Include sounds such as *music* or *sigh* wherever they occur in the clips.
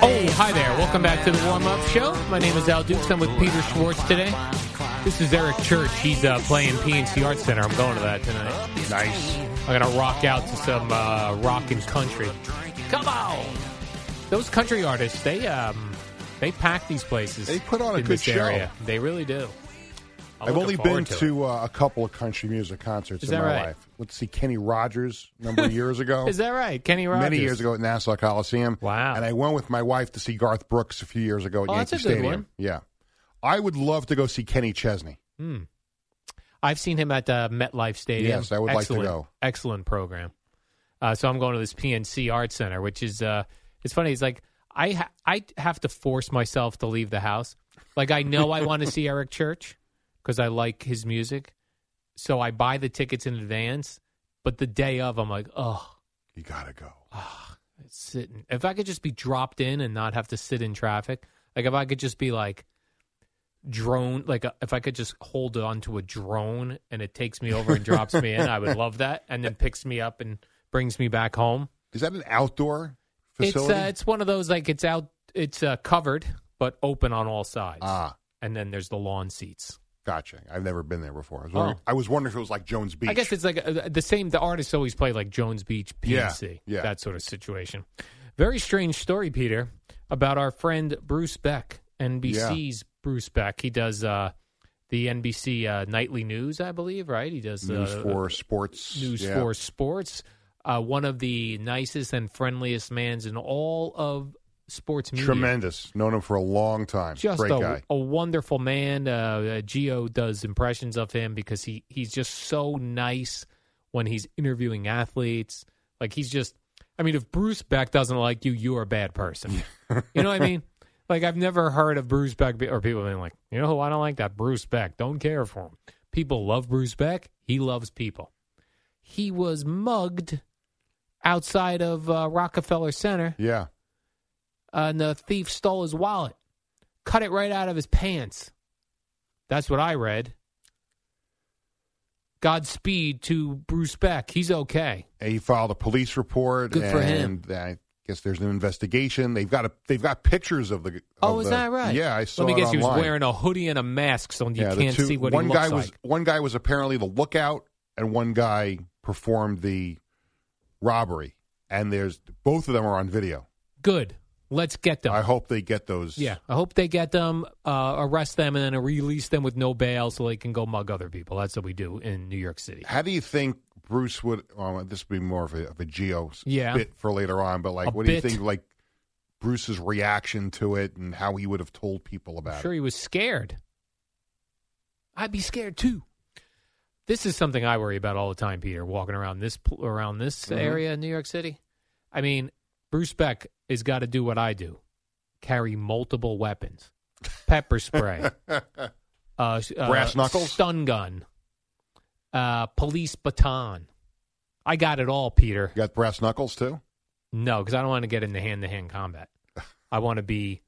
Oh, hi there. Welcome back to the warm up show. My name is Al Dukes. I'm with Peter Schwartz today. This is Eric Church. He's uh, playing PNC Arts Center. I'm going to that tonight. Nice. I'm going to rock out to some uh, rock and country. Come on. Those country artists, they um, they pack these places. They put on a in good this show. area. They really do. I'm I've looking only been forward to, it. uh, a couple of country music concerts Is in that my right? life. Let's see, Kenny Rogers *laughs* a number of years ago. Is that right? Kenny Rogers. Many years ago at Nassau Coliseum. Wow. And I went with my wife to see Garth Brooks a few years ago at Oh, that's Yankee a good Stadium. one. Yeah. I would love to go see Kenny Chesney. I've seen him at uh, MetLife Stadium. Yes, I would like to excellent, go. Excellent program. Uh, so I'm going to this PNC Art Center, which is uh, it's funny. It's like I ha- I have to force myself to leave the house. Like I know I want to see Eric Church because I like his music, so I buy the tickets in advance. But the day of, I'm like, oh, You got to go. sitting. If I could just be dropped in and not have to sit in traffic, like if I could just be like drone, like uh, if I could just hold on to a drone and it takes me over and drops me in, I would love *laughs* that. And then picks me up and brings me back home. Is that an outdoor facility? It's uh, it's one of those like it's out, it's uh, covered but open on all sides, ah, and then there's the lawn seats. gotcha. I've never been there before. I was, Oh. wondering, I was wondering if it was like Jones Beach. I guess it's like uh, the same. The artists always play like Jones Beach, Yeah, PNC, yeah. that sort of situation. Very strange story, Peter, about our friend Bruce Beck, NBC's Bruce Beck. He does uh, the NBC uh, nightly news, I believe, right? He does News uh, for sports. News Yeah. for Sports. Uh, one of the nicest and friendliest mans in all of sports media. Tremendous. Known him for a long time. Just Great a, guy. a wonderful man. Uh, uh, Gio does impressions of him because he, he's just so nice when he's interviewing athletes. Like he's just, I mean, if Bruce Beck doesn't like you, you are a bad *laughs* person. you know what I mean? Like I've never heard of Bruce Beck be- or people being like, you know who I don't like that Bruce Beck. Don't care for him. People love Bruce Beck. He loves people. He was mugged outside of uh, Rockefeller Center Yeah. and uh, the thief stole his wallet, cut it right out of his pants. That's what I read. Godspeed to Bruce Beck. He's okay. And he filed a police report. Good and for him. I guess there's an investigation. They've got a, they've got pictures of the. Of Oh, is the- that right? Yeah, I saw. Let me it guess. He was online. wearing a hoodie and a mask, so you Yeah, the can't two- see what one he guy looks was. like. One guy was apparently the lookout, and one guy performed the robbery. And there's both of them are on video. Good. Let's get them. I hope they get those. yeah, I hope they get them, uh, arrest them, and then release them with no bail, so they can go mug other people. That's what we do in New York City. How do you think Bruce would? Well, this would be more of a, of a geo s- Yeah. bit for later on. But like, A what do bit. you think? Like Bruce's reaction to it and how he would have told people about I'm sure he was scared. I'd be scared too. This is something I worry about all the time, Peter. Walking around this pl- around this Mm-hmm. area in New York City, I mean, Bruce Beck has got to do what I do: carry multiple weapons, pepper *laughs* spray, it. uh, s- uh, Brass knuckles? stun gun, uh, police baton. I got it all, Peter. you got brass knuckles too. No, because I don't want to get into hand to hand *laughs* combat. I want to be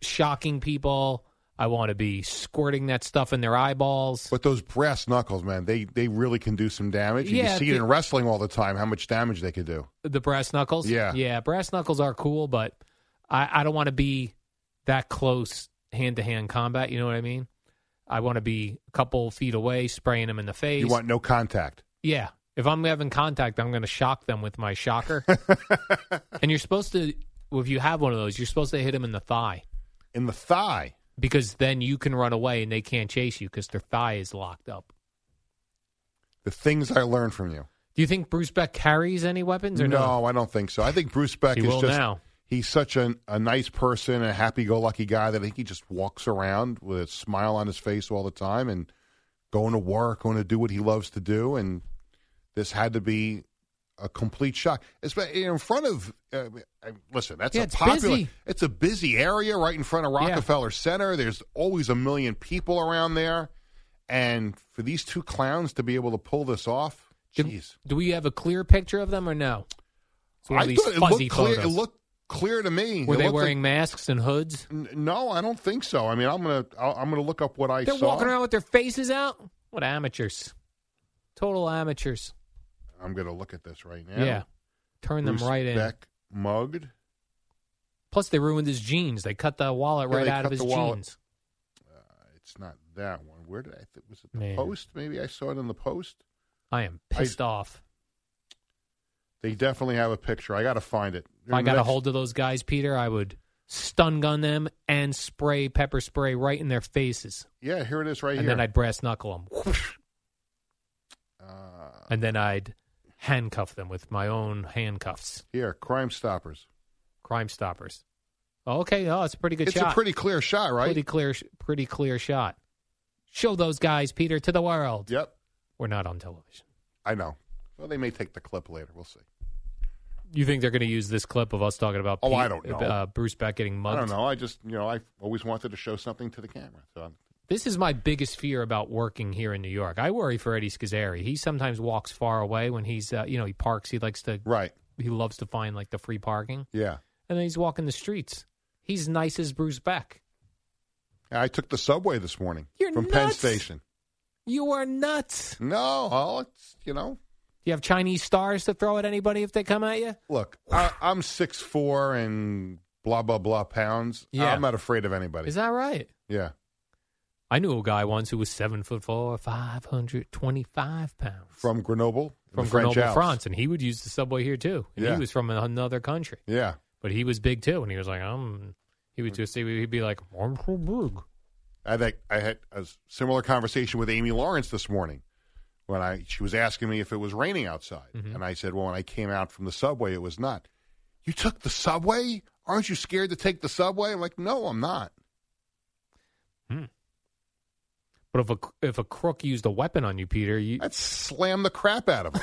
shocking people. I want to be squirting that stuff in their eyeballs. But those brass knuckles, man, they they really can do some damage. Yeah, you see the- it in wrestling all the time. How much damage they could do? The brass knuckles? Yeah. Yeah, brass knuckles are cool, but I, I don't want to be that close hand to hand combat. You know what I mean? I want to be a couple feet away, spraying them in the face. You want no contact. yeah. If I'm having contact, I'm going to shock them with my *laughs* shocker. and you're supposed to, well, if you have one of those, you're supposed to hit them in the thigh. In the thigh, because then you can run away and they can't chase you because their thigh is locked up. the things I learned from you. Do you think Bruce Beck carries any weapons or no, no? I don't think so. I think Bruce Beck He is will just now. he's such an, a nice person and a happy-go-lucky guy that I think he just walks around with a smile on his face all the time and going to work, going to do what he loves to do, and this had to be a complete shock. It's in front of uh, I- listen, that's Yeah, a it's popular. busy. It's a busy area right in front of Yeah. Rockefeller Center. There's always a million people around there, and for these two clowns to be able to pull this off, Do- jeez. Do we have a clear picture of them or no? It's one of I these thought it fuzzy looked clear. It photos. looked clear to me. Were It they looked like- wearing masks and hoods? N- no, I don't think so. I mean, I'm gonna I'll, I'm gonna look up what I They're saw. walking around with their faces out. What amateurs? Total amateurs. I'm gonna look at this right now. Yeah. Turn them Bruce right in. Beck mugged. Plus, they ruined his jeans. They cut the wallet Yeah, right they out of cut his the wallet. jeans. It's not that one. Where did I? Th- was it the Man. post? Maybe I saw it in the post. I am pissed off. They definitely have a picture. I got to find it. If I got a Next- hold of those guys, Peter, I would stun gun them and spray pepper spray right in their faces, Yeah, here it is, right and here. then I'd brass knuckle them, uh, and then I'd handcuff them with my own handcuffs. here, Crime Stoppers. Crime Stoppers. Okay, oh, it's a pretty good it's shot. a pretty clear shot, right? pretty clear, sh- pretty clear shot. Show those guys, Peter, to the world. Yep, We're not on television. I know. Well, they may take the clip later. We'll see. You think they're going to use this clip of us talking about? Oh, Pete- I don't know. Uh, Bruce Beck getting mugged. I don't know. I just, you know, I always wanted to show something to the camera. So I'm, This is my biggest fear about working here in New York. I worry for Eddie Scazzeri. He sometimes walks far away when he's, uh, you know, he parks. He likes to, right. he loves to find like the free parking, Yeah. and then he's walking the streets. He's nice as Bruce Beck. I took the subway this morning You're from Penn nuts. Station. You are nuts. No, well, it's, you know, You have Chinese stars to throw at anybody if they come at you. look, I, I'm six four and blah, blah, blah pounds. Yeah. I'm not afraid of anybody. Is that right? yeah. I knew a guy once who was seven foot four, five hundred twenty five pounds From Grenoble? the from French Grenoble, Alps. France, and he would use the subway here too. And Yeah. he was from another country, Yeah. but he was big too, and he was like, um, he would just say he'd be like, I'm so big. I had, I had a similar conversation with Amy Lawrence this morning when I she was asking me if it was raining outside, Mm-hmm. and I said, "Well, when I came out from the subway, it was not." You took the subway? Aren't you scared to take the subway? I'm like, "No, I'm not." But if a if a crook used a weapon on you, Peter, you, I'd slam the crap out of him.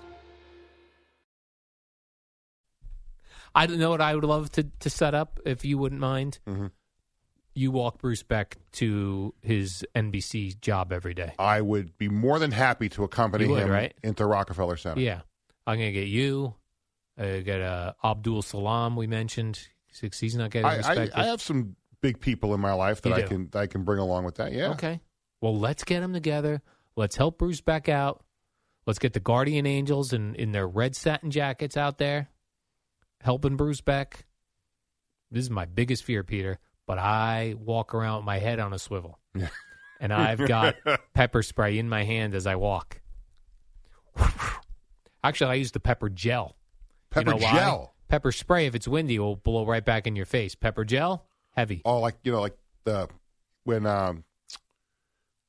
I don't know what I would love to to set up if you wouldn't mind. Mm-hmm. You walk Bruce Beck to his NBC job every day. I would be more than happy to accompany You would, him right? into Rockefeller Center. Yeah, I'm gonna get you. I got uh, Abdul Salam. We mentioned six. He's not getting I, respected. I, I have some big people in my life that You I do. can that I can bring along with that. Yeah, Okay. Well, let's get them together. Let's help Bruce Beck out. Let's get the Guardian Angels in, in their red satin jackets out there, helping Bruce Beck. This is my biggest fear, Peter. But I walk around with my head on a swivel, *laughs* and I've *laughs* got pepper spray in my hand as I walk. Actually, I use the pepper gel. You pepper know why? gel. Pepper spray, if it's windy, will blow right back in your face. Pepper gel, heavy. Oh, like you know, like the when um,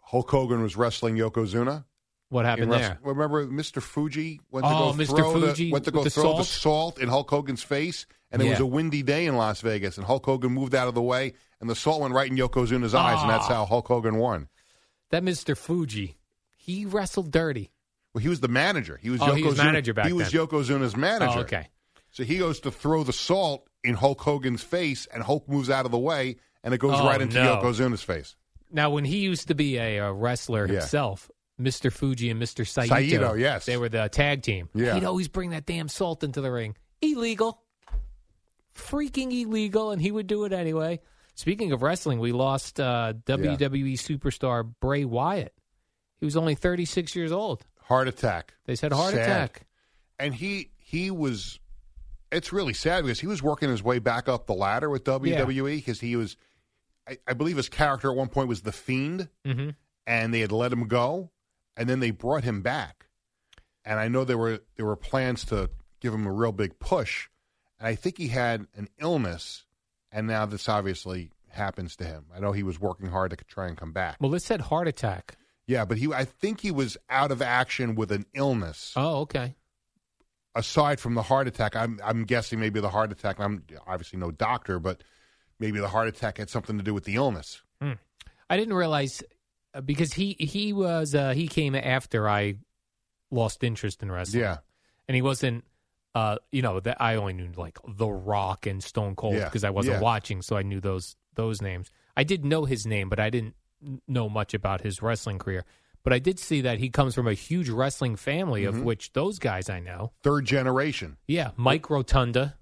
Hulk Hogan was wrestling Yokozuna. What happened in there? wrestling- Remember, Mr. Fuji went to Oh, go Mr. throw Fuji the, went to with go the throw the salt? salt in Hulk Hogan's face, and it was Yeah. a windy day in Las Vegas, and Hulk Hogan moved out of the way, and the salt went right in Yokozuna's eyes, and that's how Hulk Hogan won. That Mr. Fuji, he wrestled dirty. Well, he was the manager. He was Oh, Yokozuna. he was manager back He was then. Yokozuna's manager. Oh, okay. So he goes to throw the salt in Hulk Hogan's face, and Hulk moves out of the way, and it goes Oh, right into no. Yokozuna's face. Now, when he used to be a, uh wrestler Yeah. himself, Mr. Fuji and Mr. Saito, Saito, yes. they were the tag team. Yeah. He'd always bring that damn salt into the ring. Illegal. Freaking illegal, and he would do it anyway. Speaking of wrestling, we lost uh, WWE superstar Bray Wyatt. He was only 36 years old. Heart attack. They said heart Sad. attack. and he he was it's really sad because he was working his way back up the ladder with WWE because he was, I, I believe his character at one point was the Fiend, Mm-hmm. and they had let him go, and then they brought him back, and I know there were there were plans to give him a real big push, and I think he had an illness, and now this obviously happens to him. I know he was working hard to try and come back. Well, this said heart attack. Yeah, but he I think he was out of action with an illness. Oh, okay. aside from the heart attack, I'm I'm guessing maybe the heart attack. I'm obviously no doctor, but maybe the heart attack had something to do with the illness. I didn't realize uh, because he he was uh, he came after I lost interest in wrestling. Yeah, and he wasn't. Uh, you know that I only knew like The Rock and Stone Cold Yeah, because I wasn't yeah. watching, so I knew those those names. I did know his name, but I didn't n- know much about his wrestling career. But I did see that he comes from a huge wrestling family, Mm-hmm. of which those guys I know. third generation. Yeah, Mike Rotunda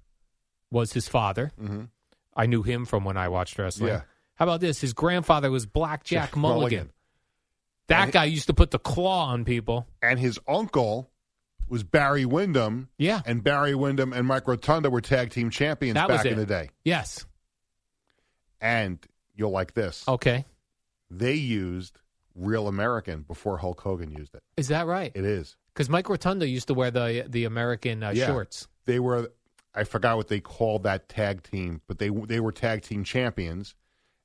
was his father. Mhm. I knew him from when I watched wrestling. Yeah. How about this? His grandfather was Black Jack Jack Mulligan. *laughs* Mulligan. That And he- guy used to put the claw on people. And his uncle was Barry Windham, Yeah. and Barry Windham and Mike Rotunda were tag team champions That was back it. in the day. Yes. And you'll like this. Okay. They used Real American before Hulk Hogan used it. Is that right? It is. Because Mike Rotunda used to wear the the American uh, Yeah. shorts. they were I forgot what they called that tag team, but they they were tag team champions,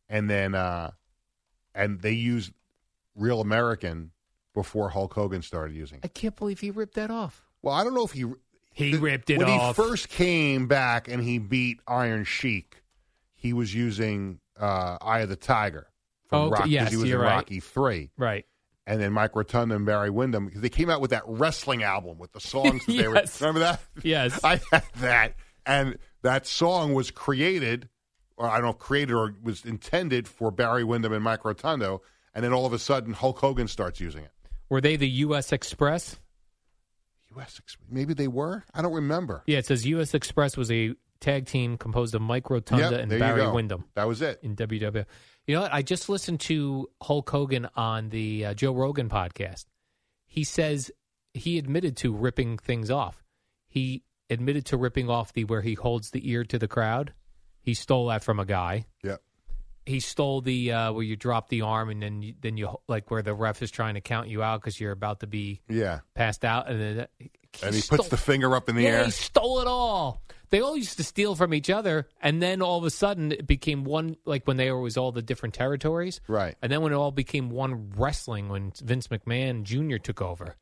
and then uh, and they used Real American before Hulk Hogan started using. I it. can't believe he ripped that off. Well, I don't know if he He th- ripped it when off. he first came back and he beat Iron Sheik. He was using uh, Eye of the Tiger from Okay, Rocky 'cause yes, he was you're in right. Rocky Three, Right. and then Mike Rotunda and Barry Windham because they came out with that wrestling album with the songs that they *laughs* were. Yes. Remember that? Yes. *laughs* I had that, and that song was created, or I don't know, created or was intended for Barry Windham and Mike Rotundo, and then all of a sudden Hulk Hogan starts using it. Were they the U.S. Express? U.S. Ex- Maybe they were. I don't remember. Yeah, it says U.S. Express was a tag team composed of Mike Rotunda Yep, and there you Barry go. Windham That was it. in WWF. You know what? I just listened to Hulk Hogan on the uh, Joe Rogan podcast. He says he admitted to ripping things off. He admitted to ripping off the where he holds the ear to the crowd. He stole that from a guy. Yep. he stole the uh, where you drop the arm and then you, then you like where the ref is trying to count you out because you're about to be Yeah. passed out and then uh, he, And he stole- puts the finger up in the yeah, air. he stole it all. They all used to steal from each other, and then all of a sudden it became one. Like when they were was all the different territories, Right. And then when it all became one wrestling, when Vince McMahon Jr. took over,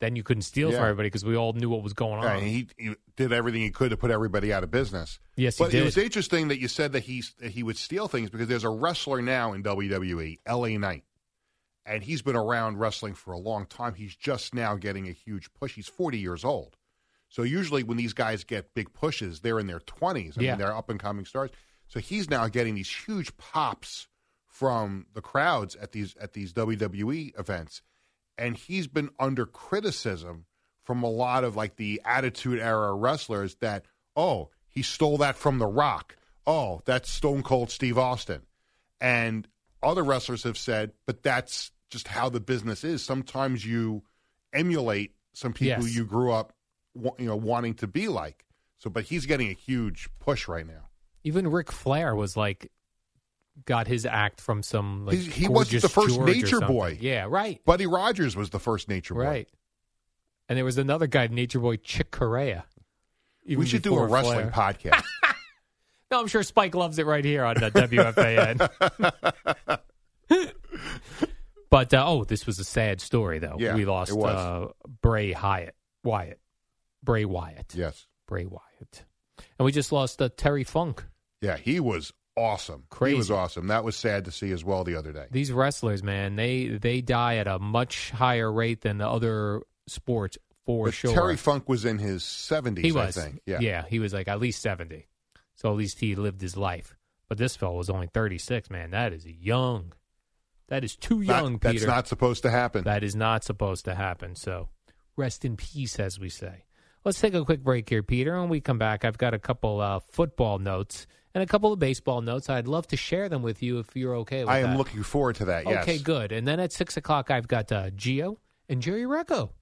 then you couldn't steal from Yeah. everybody because we all knew what was going on. And he, he did everything he could to put everybody out of business. Yes, he but did. it was interesting that you said that he that he would steal things because there's a wrestler now in WWE, LA Knight, and he's been around wrestling for a long time. He's just now getting a huge push. He's 40 years old, so usually when these guys get big pushes, they're in their 20s. I Yeah. mean, they're up and coming stars. So he's now getting these huge pops from the crowds at these at these WWE events, and he's been under criticism from a lot of like the Attitude Era wrestlers that oh he stole that from The Rock, oh that's Stone Cold Steve Austin, and other wrestlers have said, but that's just how the business is. Sometimes you emulate some people Yes. you grew up wa- you know wanting to be like. So, but he's getting a huge push right now. Even Ric Flair was like got his act from some like He's- he wasn't the Gorgeous first George or nature something. boy. Yeah, right. Buddy Rogers was the first Nature Boy. Right. And there was another guy, Nature Boy Chick Corea. even We should do a before wrestling Flair. *laughs* podcast. No, I'm sure Spike loves it right here on uh, WFAN. *laughs* but uh, oh, this was a sad story though. Yeah, we lost it was. Uh, Bray Hyatt, Wyatt, Bray Wyatt, yes. Bray Wyatt, and we just lost uh, Terry Funk. Yeah, he was awesome. Crazy. He was awesome. That was sad to see as well the other day. These wrestlers, man, they they die at a much higher rate than the other sports for but sure. Terry Funk was in his 70s, he was. I think. Yeah. he was like at least 70. So at least he lived his life. But this fellow was only 36, man. That is young. That is too Not- young, that's Peter. not supposed to happen. that is not supposed to happen. So rest in peace, as we say. Let's take a quick break here, Peter. When we come back, I've got a couple uh, football notes and a couple of baseball notes. I'd love to share them with you if you're okay with I am that. looking forward to that, yes. Okay, good. And then at 6 o'clock, I've got uh, Gio and Jerry Recco.